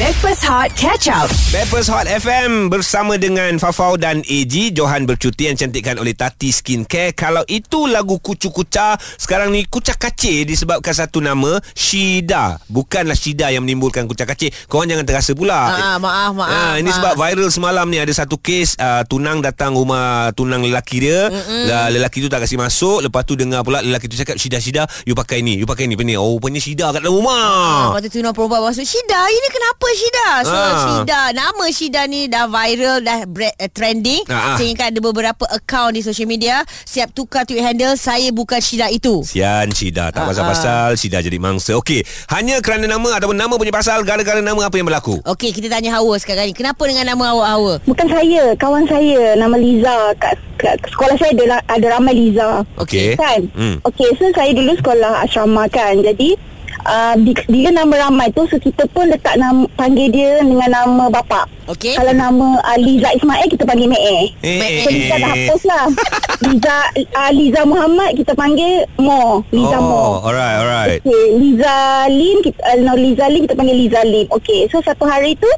Backpass Hot Catch Up. Peppers Hot FM bersama dengan Fafau dan AG Johan bercuti yang cantikkan oleh Tati Skincare. Kalau itu lagu Kucu Kuca, sekarang ni Kuca Kace disebabkan satu nama Shida. Bukanlah Shida yang menimbulkan Kuca Kace. Korang jangan terasa pula. Ah, ah, maaf, maaf, Ah, ini maaf. sebab viral semalam ni ada satu kes uh, tunang datang rumah tunang lelaki dia. Lah, lelaki tu tak kasi masuk. Lepas tu dengar pula lelaki tu cakap Shida-Shida, you pakai ni, you pakai ni. Benda. Oh, rupanya Shida kat dalam rumah. Lepas Ah, tu tunang perempuan masuk Syida ini kenapa Syida So Ah. ah. Syida Nama Syida ni dah viral Dah bre- uh, trending Ah, ah. ah. Sehingga ada beberapa account di social media Siap tukar tweet handle Saya bukan Syida itu Sian Sida Tak Ah, pasal-pasal Sida jadi mangsa Okey Hanya kerana nama Ataupun nama punya pasal Gara-gara nama apa yang berlaku Okey kita tanya Hawa sekarang ni Kenapa dengan nama awak Hawa Bukan saya, kawan saya nama Liza kat, kat sekolah saya ada, la- ada ramai Liza. Okey. Kan? Hmm. Okey, so saya dulu sekolah asrama kan. Jadi uh, di- dia nama ramai tu so kita pun letak nama panggil dia dengan nama bapa. Okey. Kalau nama uh, Liza Ismail kita panggil Mae. Eh, So Liza dah hapus lah. Liza uh, Liza Muhammad kita panggil Mo, Liza Mo. Oh alright alright Okay, Liza Lim kita, uh, no, Liza Lim kita panggil Liza Lim Okay, so satu hari tu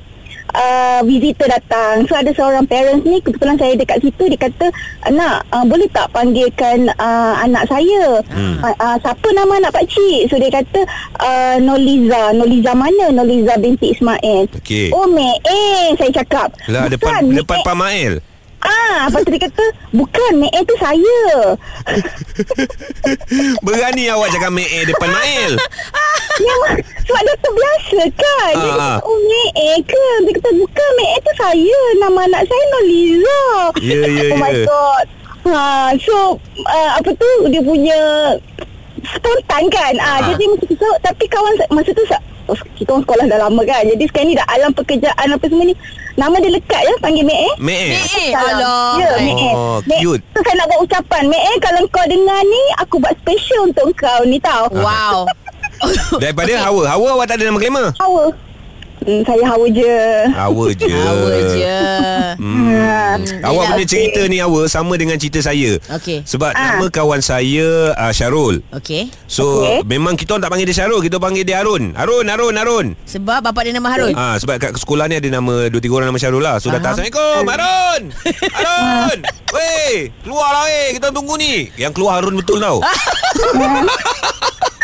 uh, Visitor datang So ada seorang parents ni Kebetulan saya dekat situ Dia kata Nak, uh, boleh tak panggilkan uh, anak saya hmm. uh, uh, Siapa nama anak pakcik? So dia kata uh, Noliza Noliza mana? Noliza binti Ismail Okey. Oh, meh, eh Saya cakap Lah depan Bukan, depan Mek- Pak Mail Ah, lepas tu dia kata Bukan, meh, eh tu saya Berani awak cakap Mae depan Mail Memang Ya, sebab dia terbiasa kan. Dia Ah, kata, ah. oh Mek E ke? Dia kata, bukan Mek E tu saya. Nama anak saya Noliza. Ya, ya, Oh my ya. God. Ha, so, uh, apa tu, dia punya spontan kan. Ah. Ah, Jadi macam tu, tapi kawan sa- masa tu, sa- kita orang sekolah dah lama kan. Jadi sekarang ni dah alam pekerjaan apa semua ni. Nama dia lekat ya, panggil Mek E. Mae Eh Salam. alah Ya, Mek. Mek E. Oh, Mek E, cute. Tu saya nak buat ucapan. Mek E, kalau kau dengar ni, aku buat special untuk kau ni tau. Wow Daripada Hawa Hawa awak tak ada nama glamour Hawa. Hmm, saya Hawa je. Hawa je Hawa je Hmm. Yelah, Awak punya okey. cerita ni Hawa Sama dengan cerita saya Okey. Sebab Ah. nama kawan saya uh, Syarul Okey So Okey. memang kita orang tak panggil dia Syarul Kita panggil dia Arun Arun Arun Arun Sebab bapak dia nama Harun Ah sebab kat sekolah ni ada nama dua tiga orang nama Syarul lah. So Faham. datang Assalamualaikum Harun. Harun. Wei, keluarlah weh. Kita tunggu ni. Yang keluar Harun betul tau.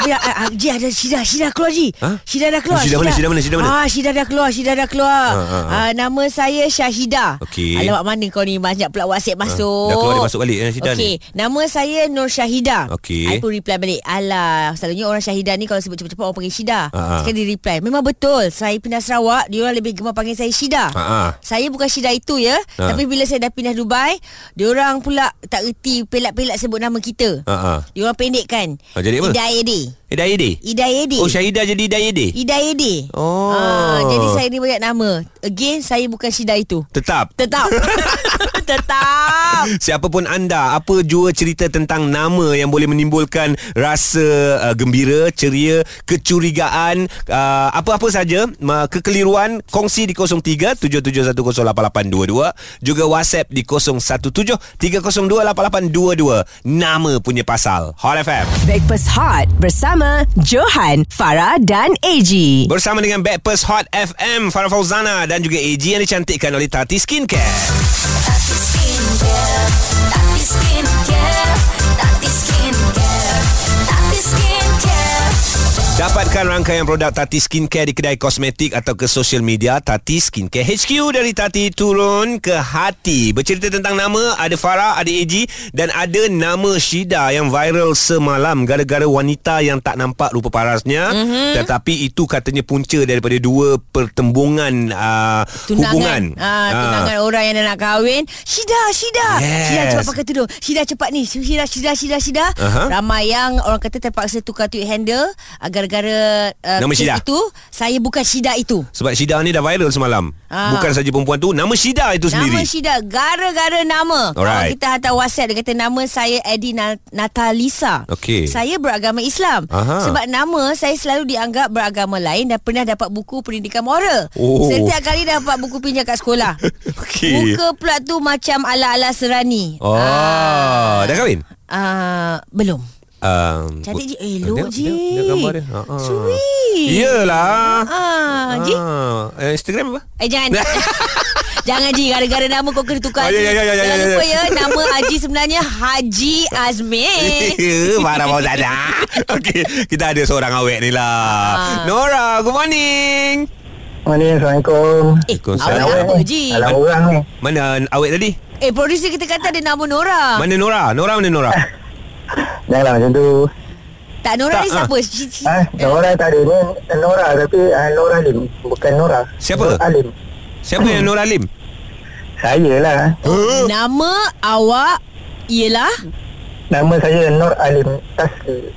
Ya, ah, ah, Ji ada Syida Syida keluar Ji Ha? Syida dah keluar Syida mana, Syida mana, Syida mana? Ah, Syida dah keluar Syida dah keluar Ha, ha, ha. Ah, Nama saya Syahida Okey. Ah, Alamak mana kau ni Banyak pula whatsapp masuk dah keluar dia masuk balik, eh, Syida Okey Nama saya Nur Syahida Okey. I pun reply balik Alah Selalunya orang Syahida ni Kalau sebut cepat-cepat orang panggil Syida ha. Sekarang dia reply Memang betul Saya pindah Sarawak Dia orang lebih gemar panggil saya Syida Ha, ha. Saya bukan Syida itu ya Ha. Tapi bila saya dah pindah Dubai Dia orang pula tak erti Pelat-pelat sebut nama kita Ha ah. Dia orang pendek kan Ah, jadi apa? Hidayah Eh Dayede. Hidayah Oh Syahida jadi Dayede. Hidayah Oh. Ah, jadi saya ni banyak nama. Again saya bukan Syida itu. Tetap Tetap. Tetap. Siapa pun anda Apa jua cerita tentang nama Yang boleh menimbulkan Rasa uh, gembira Ceria Kecurigaan uh, Apa-apa saja uh, Kekeliruan Kongsi di 03 77108822 Juga WhatsApp di 017 3028822 Nama punya pasal Hot FM Backpass Hot bersama Johan, Farah dan AG. Bersama dengan Backpers Hot FM Farah Fauzana dan juga AG Yang dicantikkan oleh Tati Skincare Tati Skincare, Tati Skincare, Tati Skincare, Tati Skincare. Dapatkan rangkaian produk Tati Skincare di kedai kosmetik atau ke social media Tati Skincare HQ dari Tati turun ke hati. Bercerita tentang nama, ada Farah, ada AG dan ada nama Shida yang viral semalam gara-gara wanita yang tak nampak rupa parasnya. Mm-hmm. Mhm. Tetapi itu katanya punca daripada dua pertembungan uh, hubungan. Tunangan. Ah, tunangan orang yang dah nak kahwin. Syida, Syida. Yes. Syida cepat pakai tudung. Syida cepat ni. Syida, Syida, Syida, Syida. Aha. Ramai yang orang kata terpaksa tukar tweet handle ah, gara-gara uh, Nama kes Syida. itu. Saya bukan Syida itu. Sebab Shida ni dah viral semalam. Ah. Bukan saja perempuan tu, nama Shida itu Nama sendiri. Syida Gara-gara nama Kawan Alright. kita hantar whatsapp Dia kata nama saya Edi Na- Natalisa Okey. Saya beragama Islam Aha. Sebab nama saya selalu dianggap beragama lain Dan pernah dapat buku pendidikan moral Oh. Setiap kali dapat buku pinjam kat sekolah Okey. Muka pula tu macam ala-ala serani Oh, Ah. dah kahwin? Ah, Belum Um, Cantik je Eh, Tengok, Elok je Ah, tengok, tengok gambar dia. Ha, ha. Sweet Yelah Ah, Ji Ah, Eh, Instagram apa? Eh jangan Jangan Ji Gara-gara nama kau kena tukar Ah, ya, ya, ya, ya, Jangan ya, ya. lupa ya Nama Haji sebenarnya Haji Azmi Eh. Farah Maulana Okey Kita ada seorang awet ni Ah. lah Nora Good morning Morning, Assalamualaikum. Eh Waalaikumsalam. awak apa Ji Salam orang ni. Mana awet tadi? Eh producer kita kata ada nama Nora Mana Nora? Nora mana Nora? Janganlah macam tu. Tak Nora Tak, ni ah. siapa Ji- Ji- Ha? Eh. Nora tak ada. Ni Eh, Nora tapi uh, Nora Lim. Bukan Nora. Siapa? Nora Lim. Siapa yang Nora Lim? Saya lah. Eh. Nama awak Ialah Nama saya Nur Alim Tasli.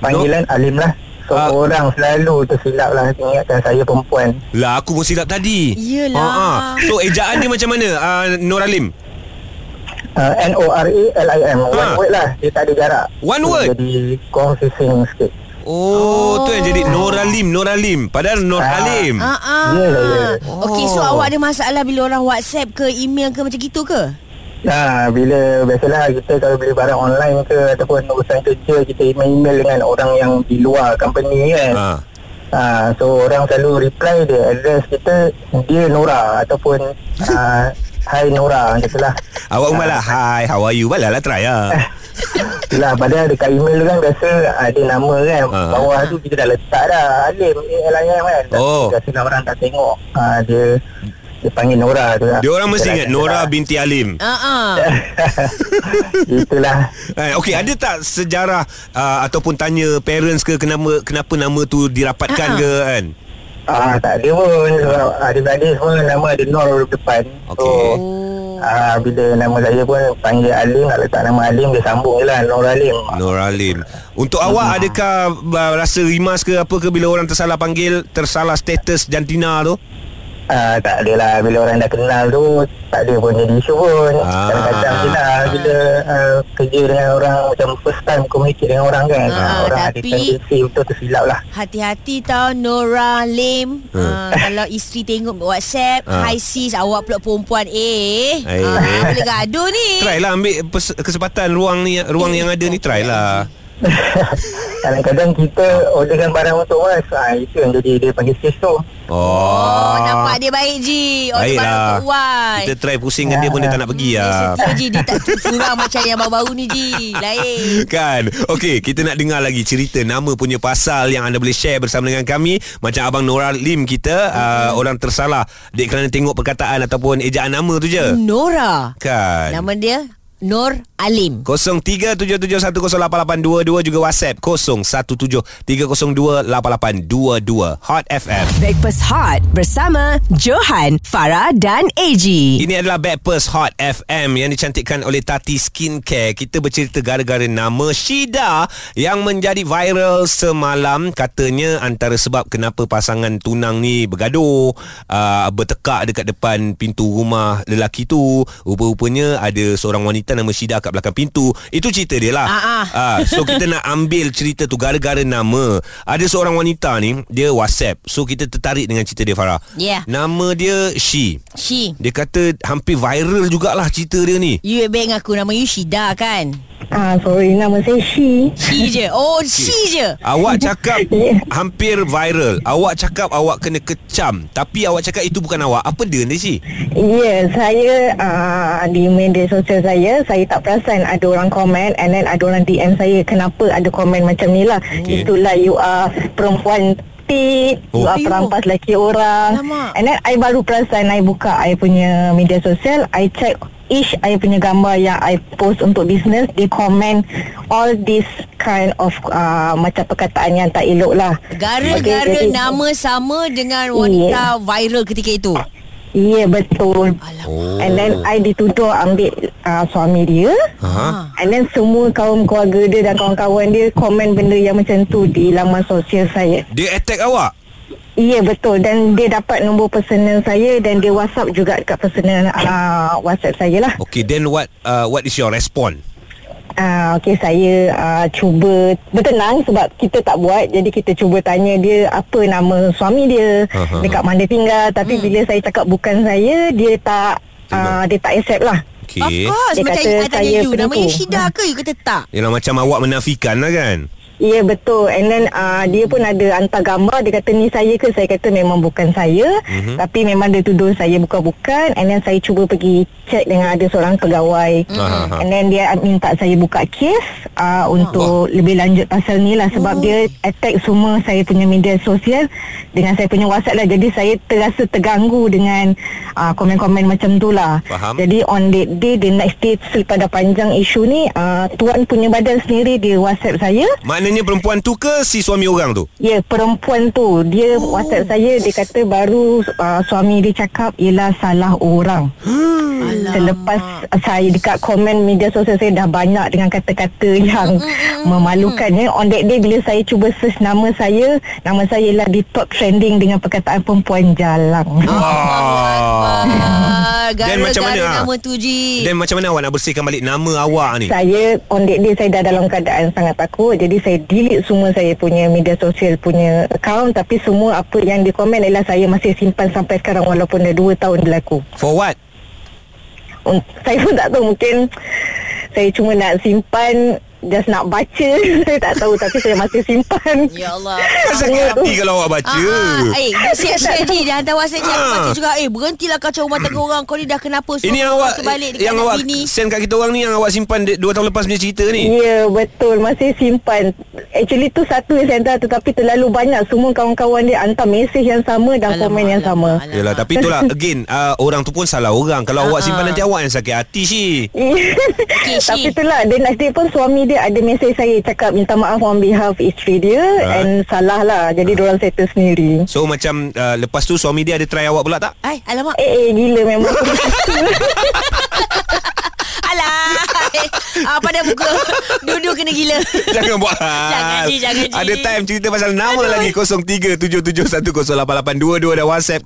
Panggilan Alim lah. Ah. Seorang selalu tersilap lah ingatkan saya perempuan. Lah aku pun silap tadi Yelah. Ah, ah. So ejaan dia macam mana uh, Nora Lim? Uh, N-O-R-E-L-I-M. Ha. One Ah. word lah. Dia tak ada jarak. One Dia word? Jadi confusing sikit. Oh, oh. tu yang jadi Nora Lim Nora Lim Padahal Nor Ah. Alim Ah ah. Ya, ya, ya. Okey, so Oh. awak ada masalah bila orang WhatsApp ke email ke macam gitu ke? Nah, Ha, bila biasalah kita kalau beli barang online ke ataupun urusan kerja kita email dengan orang yang di luar company kan. Ha. Ah. Ha, so orang selalu reply dia address kita dia Nora ataupun ha, Hai Nora katalah. Awak umat lah Hi how are you Balah lah try lah Lah padahal dekat email tu kan biasa ada nama kan. Ha. Ha. Bawah tu kita dah letak dah Alim ALIM kan. Dah- Oh. Dah silap orang tak tengok. Ha, dia dia panggil Nora tu lah. Dia orang mesti Kita ingat dah- Nora binti Alim Ah ah. Itulah. Eh, Okey, ada tak sejarah uh, ataupun tanya parents ke kenapa kenapa nama tu dirapatkan Ah. ke kan? Ah, tak ada pun sebab adik-adik semua nama ada Nor depan. Okey. So, ah, bila nama saya pun panggil Alim nak letak nama Alim dia sambung je lah Nor Alim. Nur Alim. Untuk Ah. awak adakah uh, rasa rimas ke apa ke bila orang tersalah panggil, tersalah status jantina tu? Ah, tak ada lah bila orang dah kenal tu tak ada pun jadi isu pun. Ah. Kadang-kadang je lah bila ah, kerja dengan orang macam first time communicate dengan orang kan. Ah, Ah, orang ada tapi- tendensi untuk tersilap lah. Hati-hati tau Nora Lim. Ha. Ah, kalau isteri tengok WhatsApp, Ah. hi sis, awak pula perempuan eh. Eh. Ah, boleh gaduh ni. Try lah ambil pes- kesempatan ruang ni ruang yang ada ni try lah. Kadang-kadang kita orderkan barang untuk mas. Ah, itu yang jadi dia panggil sis tu. Oh, Oh. nampak dia baik Ji. Oh, dia baru Baiklah. untuk wife. Kita try pusingkan dia pun dia tak nak pergi Dia lah. setia Ji, dia tak curang macam yang baru-baru ni Ji. Lain. Kan Okey Kita nak dengar lagi Cerita nama punya pasal Yang anda boleh share Bersama dengan kami Macam Abang Nora Lim kita uh, Orang tersalah Dia kerana tengok perkataan Ataupun ejaan nama tu je Nora. Kan Hmm. Nama dia Nur Alim. 0377108822 juga WhatsApp 0173028822 Hot FM. Breakfast Hot bersama Johan, Farah dan AG. Ini adalah Backpers Hot FM yang dicantikkan oleh Tati Skincare. Kita bercerita gara-gara nama Shida yang menjadi viral semalam. Katanya antara sebab kenapa pasangan tunang ni bergaduh, uh, bertekak dekat depan pintu rumah lelaki tu. Rupa-rupanya ada seorang wanita nama Shida kat belakang pintu. Itu cerita dia lah. Ah, ah. Ah, so kita nak ambil cerita tu gara-gara nama. Ada seorang wanita ni, dia WhatsApp. So kita tertarik dengan cerita dia Farah. Yeah. Nama dia She. She. Dia kata hampir viral jugalah cerita dia ni. You baik dengan aku Nama you Shida kan Ah, sorry nama saya Shi. She je Oh she je Awak cakap Ya. hampir viral. Awak cakap awak kena kecam. Tapi awak cakap itu bukan awak. Apa dia ni si? Ya, yeah, saya uh, di media sosial saya, saya tak perasan ada orang komen and then ada orang DM saya kenapa ada komen macam ni lah. Okey. Okay. Itulah you are perempuan tit, Oh. you are Ayuh. perampas lelaki orang. Alamak. And then I baru perasan I buka I punya media sosial, I check each I punya gambar yang I post untuk business, they comment all this kind of uh, macam perkataan yang tak elok lah. Gara-gara Okey, jadi- nama sama Dengan wanita viral ketika itu Ah, Ya yeah, betul. Alamak. Oh. And then I dituduh ambil uh, suami dia. Ha? And then semua kaum keluarga dia dan kawan-kawan dia komen benda yang macam tu di laman sosial saya. Dia attack awak? Ya yeah, betul dan dia dapat nombor personal saya dan dia WhatsApp juga dekat personal uh, WhatsApp saya lah. Okay, then what uh, what is your response? Uh, okay saya uh, cuba bertenang sebab kita tak buat jadi kita cuba tanya dia apa nama suami dia Aha. dekat mana tinggal tapi bila saya cakap bukan saya dia tak uh, dia tak accept lah. Of Okay. course Dia Macam kata I tanya saya you Nama you penipu. Shida ke You kata tak Yalah macam awak menafikan lah kan? Ya betul And then uh, Dia pun ada hantar gambar Dia kata ni saya ke Saya kata memang bukan saya mm-hmm. Tapi memang dia tuduh saya bukan-bukan And then saya cuba pergi Check dengan ada seorang pegawai Aha. mm-hmm. And then dia minta saya buka kes uh, Untuk lebih lanjut pasal ni lah Sebab dia attack semua Saya punya media sosial Dengan saya punya whatsapp lah Jadi saya terasa terganggu Dengan uh, komen-komen macam tu lah Faham. Jadi on that day The next day Selepas dah panjang isu ni uh, Tuan punya badan sendiri Dia whatsapp saya Maknanya perempuan tu ke si suami orang tu? Ya perempuan tu Dia oh. whatsapp saya Dia kata baru uh, Suami dia cakap Ialah salah orang hmm. Selepas saya Dekat komen media sosial saya Dah banyak dengan kata-kata Yang memalukan ya. On that day Bila saya cuba search nama saya Nama saya ialah Di top trending Dengan perkataan perempuan jalang Wah. Ah, Dan macam gara-gara mana, ah? nama tu Ji. Dan macam mana awak nak bersihkan balik nama awak ni? Saya on that day saya dah dalam keadaan sangat takut Jadi saya delete semua saya punya media sosial punya account Tapi semua apa yang dikomen ialah saya masih simpan sampai sekarang Walaupun dah 2 tahun berlaku For what? Oh. Un- Saya pun tak tahu mungkin saya cuma nak simpan Just nak baca Saya tak tahu tapi saya masih simpan Ya Allah. Kan sakit hati kalau awak Ah, baca. ah. Eh, siap-siap Ji. Dia hantar WhatsApp je. Aku baca juga. Eh, berhentilah kacau rumah tangga orang. Kau ni dah kenapa? Suruh Ah. Ini kau awak pakai balik dekat yang anak awak bini. send kat kita orang ni yang awak simpan 2 tahun lepas punya cerita ni. Ya betul Masih simpan Actually tu satu yang saya hantar Tetapi terlalu banyak Semua kawan-kawan dia Hantar mesej yang sama Dan Alamak, komen yang sama alamak, alamak. Yalah tapi itulah again uh, orang tu pun salah orang. Kalau Ah. awak simpan nanti awak yang sakit hati si. Okay, Shi. Tapi itulah Then next day pun suami dia Ada mesej saya Cakap minta maaf On behalf isteri dia Alright. And salah lah Jadi diorang settle sendiri So macam uh, lepas tu suami dia ada try awak pula tak? Ay, alamak. Eh eh gila memang Alah. ah, pada muka. Duduk kena gila. Jangan buat hal. Jangan, Ji, jangan, Ji. Ada time cerita pasal nama Aduh. lagi 0377108822 dan WhatsApp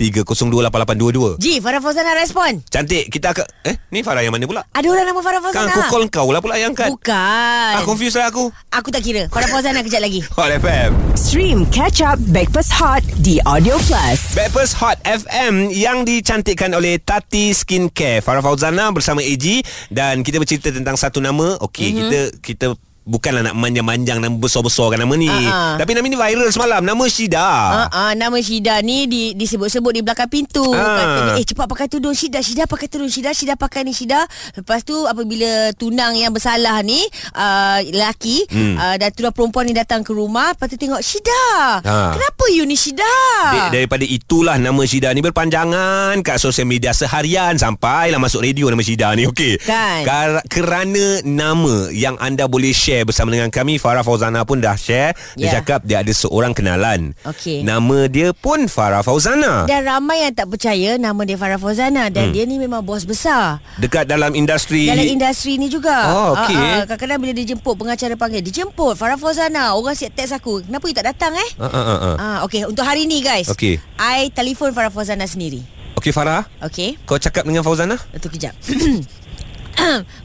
0173028822. Ji, Farah Fauzana respon. Cantik kita akan eh ni Farah yang mana pula? Ada orang nama Farah Kan Fauzana. aku call kau lah pula yang angkat. Bukan. Ah confuse lah aku. Aku tak kira. Farah Fauzana kejap lagi. Hot FM. Stream Catch Up Breakfast Hot di Audio Plus. Breakfast Hot FM yang dicantikkan oleh Tati Skincare. Farah Fauzana bersama AG dan kita bercerita tentang satu nama. Okey, Mhm. mm-hmm. kita kita bukanlah nak manjang-manjang dan besar-besarkan nama ni. Ah, ah. Tapi nama ni viral semalam. Nama Syida. Ah, ah, nama Syida ni di, disebut-sebut di belakang pintu. Ah. Katanya, eh cepat pakai tudung Syida, Syida pakai tudung Syida, Syida pakai ni Syida. Lepas tu apabila tunang yang bersalah ni, uh, lelaki hmm. uh, dan tunang perempuan ni datang ke rumah, lepas tu tengok Syida. Ah. Kenapa you ni Syida? Da- Daripada itulah nama Syida ni berpanjangan kat sosial media seharian sampailah masuk radio nama Syida ni. Okey. Kan. Kar- kerana nama yang anda boleh share bersama dengan kami Farah Fauzana pun dah share. Dia Ya. cakap dia ada seorang kenalan. Okey. Nama dia pun Farah Fauzana. Dan ramai yang tak percaya nama dia Farah Fauzana dan hmm. dia ni memang bos besar. Dekat dalam industri Dalam industri ni juga Oh, okey. Ah, ah, Kadang-kadang bila dijemput Pengacara panggil Dijemput Farah Fauzana Orang siap teks aku Kenapa you tak datang eh Ah, ah, ah, ah. Ah, okay, untuk hari ni guys. Okey. I telefon Farah Fauzana sendiri. Okey Farah Okay. Kau cakap dengan Fauzana Itu kejap.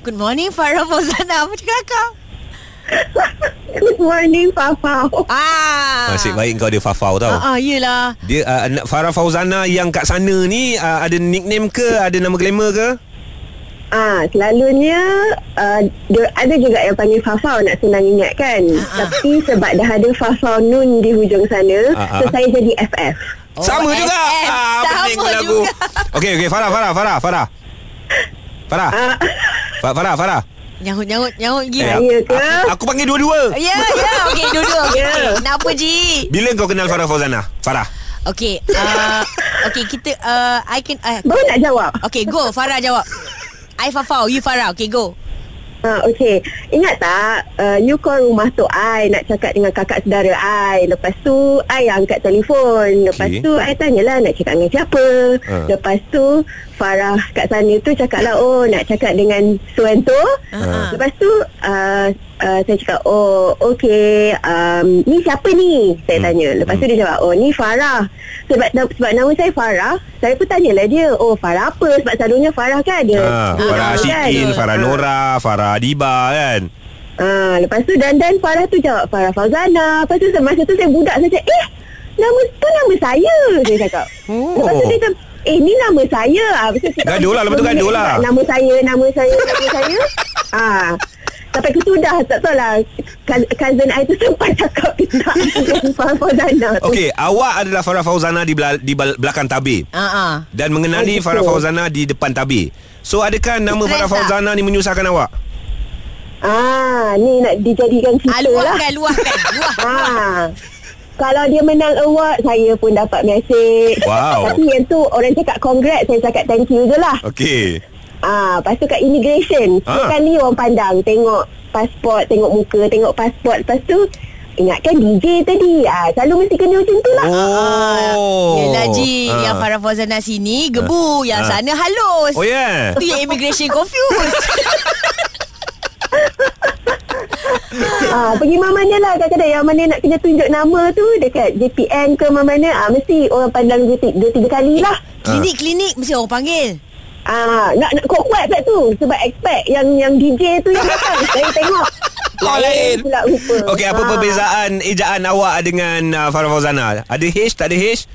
Good morning Farah Fauzana. Apa cakap kau? Good morning Papa Ah. Nasib baik kau ada Fafau tau Ah, ah yelah. Dia uh, anak Farah Fauzana yang kat sana ni uh, Ada nickname ke Ada nama glamour ke Ah, selalunya uh, dia ada juga yang panggil Fafau nak senang ingat kan. Ah, Tapi sebab dah ada Fafau Nun di hujung sana, Ah, ah. so saya jadi FF. oh, Sama FM. juga ah, eh, Sama pening kepala juga. Okey okey Farah Farah Farah Farah Farah Ah, Fa- Farah Farah Nyangut nyangut nyangut Eh, gila. Saya aku, ke? aku, aku panggil dua-dua Ya, ya. Okey, duduk. Ya. Okey. Kenapa Ji? Bila kau kenal Farah Fauzana Farah Okey. Uh, okey, kita uh, I can uh, baru nak jawab. Okey, go Farah jawab. I Fafau, you Farah. Okey, go. Ah, okay. Ingat tak, uh, you call rumah tu I nak cakap dengan kakak saudara I. Lepas tu, I yang angkat telefon. Lepas Okey. okay. tu, I tanyalah nak cakap dengan siapa. Ah. Uh. Lepas tu, Farah kat sana tu cakap lah, oh nak cakap dengan Suanto. Ah. Uh. Lepas tu, uh, uh, saya cakap, oh okay, um, ni siapa ni? Saya Hmm. tanya. Lepas tu dia jawab, oh ni Farah. Sebab, sebab nama saya Farah, saya pun tanyalah dia, oh Farah apa? Sebab selalunya Farah kan ada. ah, Farah kan? Syikin Farah Ah. Nora Farah Adiba kan Ah, lepas tu dan dan Farah tu jawab Farah Fauzana. Lepas tu se- masa tu saya budak saya cakap, "Eh, nama tu nama saya." Saya cakap. Oh. Lepas tu dia cakap, "Eh, ni nama saya." Ah, lepas tu saya cakap, Gaduh lah, lepas tu gaduh lah. Nama saya, nama saya, nama saya. ah. Sampai ke tu dah tak tahulah Kaz- Cousin I tu sampai cakap dia tak Farah Fauzana tu. Okey, awak adalah Farah Fauzana di, bela- di bel- belakang tabir Ah ah. dan mengenali Oh, gitu. Farah Fauzana di depan tabir. So adakah nama Stress Farah tak? Fauzana ni menyusahkan awak? Ah, ni nak dijadikan cerita lah Luahkan luahkan. Luah. Ah. Kalau dia menang award Saya pun dapat mesej Wow. Tapi yang tu Orang cakap congrats Saya cakap thank you je lah Okey. Ah, lepas tu kat immigration. Ah. Ah. Kan ni orang pandang tengok pasport, tengok muka, tengok pasport. Lepas tu ingatkan DJ tadi. Ah, selalu mesti kena macam tu lah. Oh. Yelah Ji Ah. Yang Farah Fauzana sini Gebu Yang Ah. sana halus Oh yeah. Tu yang immigration confused Ah, pergi mana-mana lah kadang-kadang yang mana nak kena tunjuk nama tu dekat JPN ke mana-mana. Ah, mesti orang pandang dua, ti- dua tiga kali lah. Klinik-klinik Mesti orang panggil Ah, nak nak kau kuat tak tu sebab expect yang yang DJ tu yang datang. Saya tengok. Oh lain. Pula rupa. Okey, apa Ah. perbezaan ejaan awak dengan uh, Farah Fauzana? Ada H tak ada H?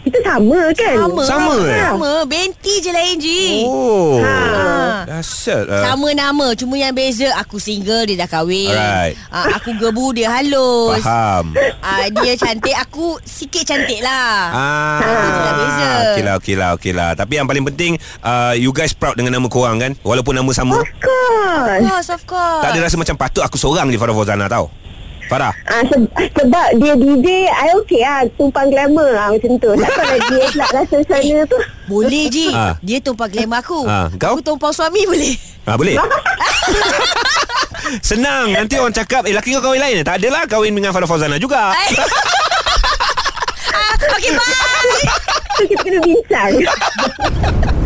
Kita sama kan? Sama Sama, eh? Sama Benti je lain Ji Oh. Ah. Dasar. Uh. Eh. Sama nama Cuma yang beza Aku single Dia dah kahwin Alright. Ah, Aku gebu Dia halus Faham. Ah, Dia cantik Aku sikit cantik lah Ah, itulah beza. Okey lah, okey lah, okey lah. Tapi yang paling penting, uh, you guys proud dengan nama korang kan? Walaupun nama sama. Of course. Of course Of course Tak ada rasa macam patut aku seorang je Farah Fauzana tau. Farah. Ah, se- sebab dia DJ I okey lah Tumpang glamour lah Macam tu Tak tahu lah dia nak rasa sana tu Boleh Ji Ah. Dia tumpang glamour aku Ah, Aku kau? tumpang suami boleh Ha, boleh? Senang. Nanti orang cakap, eh laki kau kahwin lain. Tak adalah kahwin dengan Farah Fauzana juga. Ay. Ah, Okay bye So kita kena bincang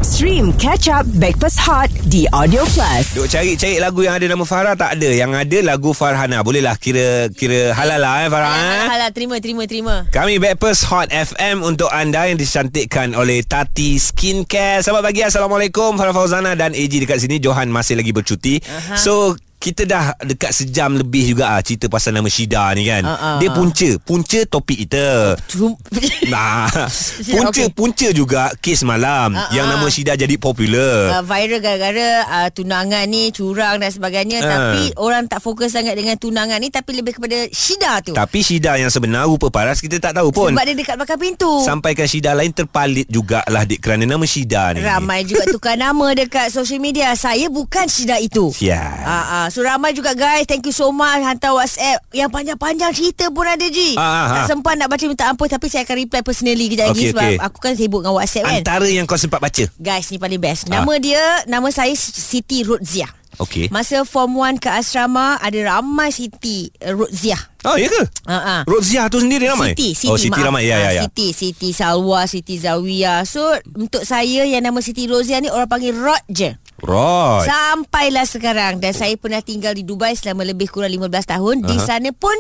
Stream Catch Up Backpass Hot di Audio Plus. Duk cari-cari lagu yang ada nama Farah tak ada. Yang ada lagu Farhana. Bolehlah kira kira halal lah eh Farah. eh? Ha, Alah terima terima terima Kami Backpast Hot FM untuk anda yang dicantikkan oleh Tati Skincare. Selamat pagi. Assalamualaikum. Farah Fauzana dan AG dekat sini. Johan masih lagi bercuti. Aha. So, kita dah dekat sejam lebih juga ah cerita pasal nama Shida ni kan. Ah, ah, Dia ah. punca, punca topik kita. Trum- Nah, Okey. punca-punca juga kes malam Ah, yang ah. nama Shida jadi popular. Uh, viral gara-gara uh, tunangan ni curang dan sebagainya Ah. tapi orang tak fokus sangat dengan tunangan ni tapi lebih kepada Syida tu. Tapi Shida yang sebenar rupa paras kita tak tahu pun. Sebab dia dekat belakang pintu. Sampaikan Shida lain terpalit jugalah dik kerana nama Shida ni. Ramai juga tukar nama dekat social media. Saya bukan Syida itu. Sial. Ah, ah. So ramai juga guys Thank you so much Hantar WhatsApp Yang panjang-panjang cerita pun ada Ji Ah, ah, ah. Tak sempat nak baca minta ampun Tapi saya akan reply personally kejap lagi Okey, Sebab okey. aku kan sibuk dengan WhatsApp kan Antara yang kau sempat baca. Guys ni paling best Ah. Eh. Nama dia Nama saya Siti Rodzia Okey. Masa form 1 ke asrama Ada ramai Siti uh, Rodzia Oh, ya ke? Ha ah. Rozia tu sendiri ramai? Siti, Siti, oh, Siti maaf. ramai. Ah, Ya, ya, ya. Siti, Siti Salwa, Siti Zawiya. So, untuk saya yang nama Siti Rozia ni orang panggil Rod je. Right. Sampailah sekarang dan saya pernah tinggal di Dubai selama lebih kurang 15 tahun. Di Oh. Aha. sana pun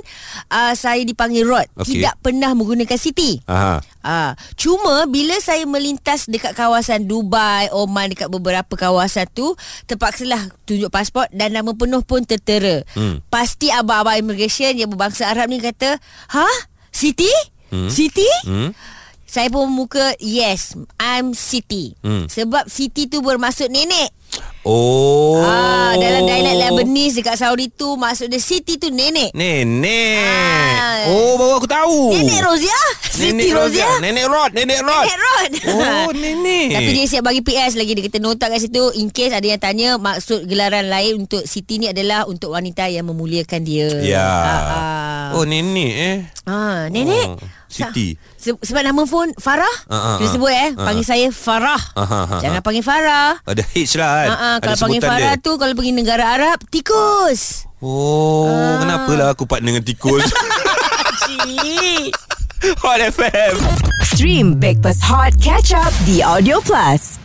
uh, saya dipanggil Rod. Okey. Tidak pernah menggunakan Siti. Aha. Ah, cuma bila saya melintas dekat kawasan Dubai, Oman dekat beberapa kawasan tu, terpaksalah tunjuk pasport dan nama penuh pun tertera. Hmm. Pasti abang-abang immigration yang berbangsa Arab ni kata, "Ha? Siti? Hmm. Siti?" Hmm. Saya pun muka yes, I'm Siti. Hmm. Sebab Siti tu bermaksud nenek. Oh. Ah, dalam dialek Lebanese dekat Saudi tu maksud dia Siti tu nenek. Nenek. Ah. Oh, baru aku tahu. Nenek Rozia? Siti Rozia? Nenek Rod, Nenek Rod. Nenek Rod. Oh, nenek. Tapi dia siap bagi PS lagi Dia kata nota kat situ In case ada yang tanya Maksud gelaran lain Untuk Siti ni adalah Untuk wanita yang memuliakan dia Ya. Oh. Oh, nenek eh. Ha, Nenek Oh, Siti. Se- Sebab nama pun Farah Ah, ah, Kita ah. sebut eh Panggil saya Farah Ah, ah, ah, Jangan panggil Farah Ada H lah kan. Ha, ah, Ada kalau panggil sebutan Farah dia. tu Kalau pergi negara Arab Tikus Oh, Ah. kenapalah aku partner dengan tikus. Cik Hot FM. Stream Backpass Hot Catch Up di Audio Plus.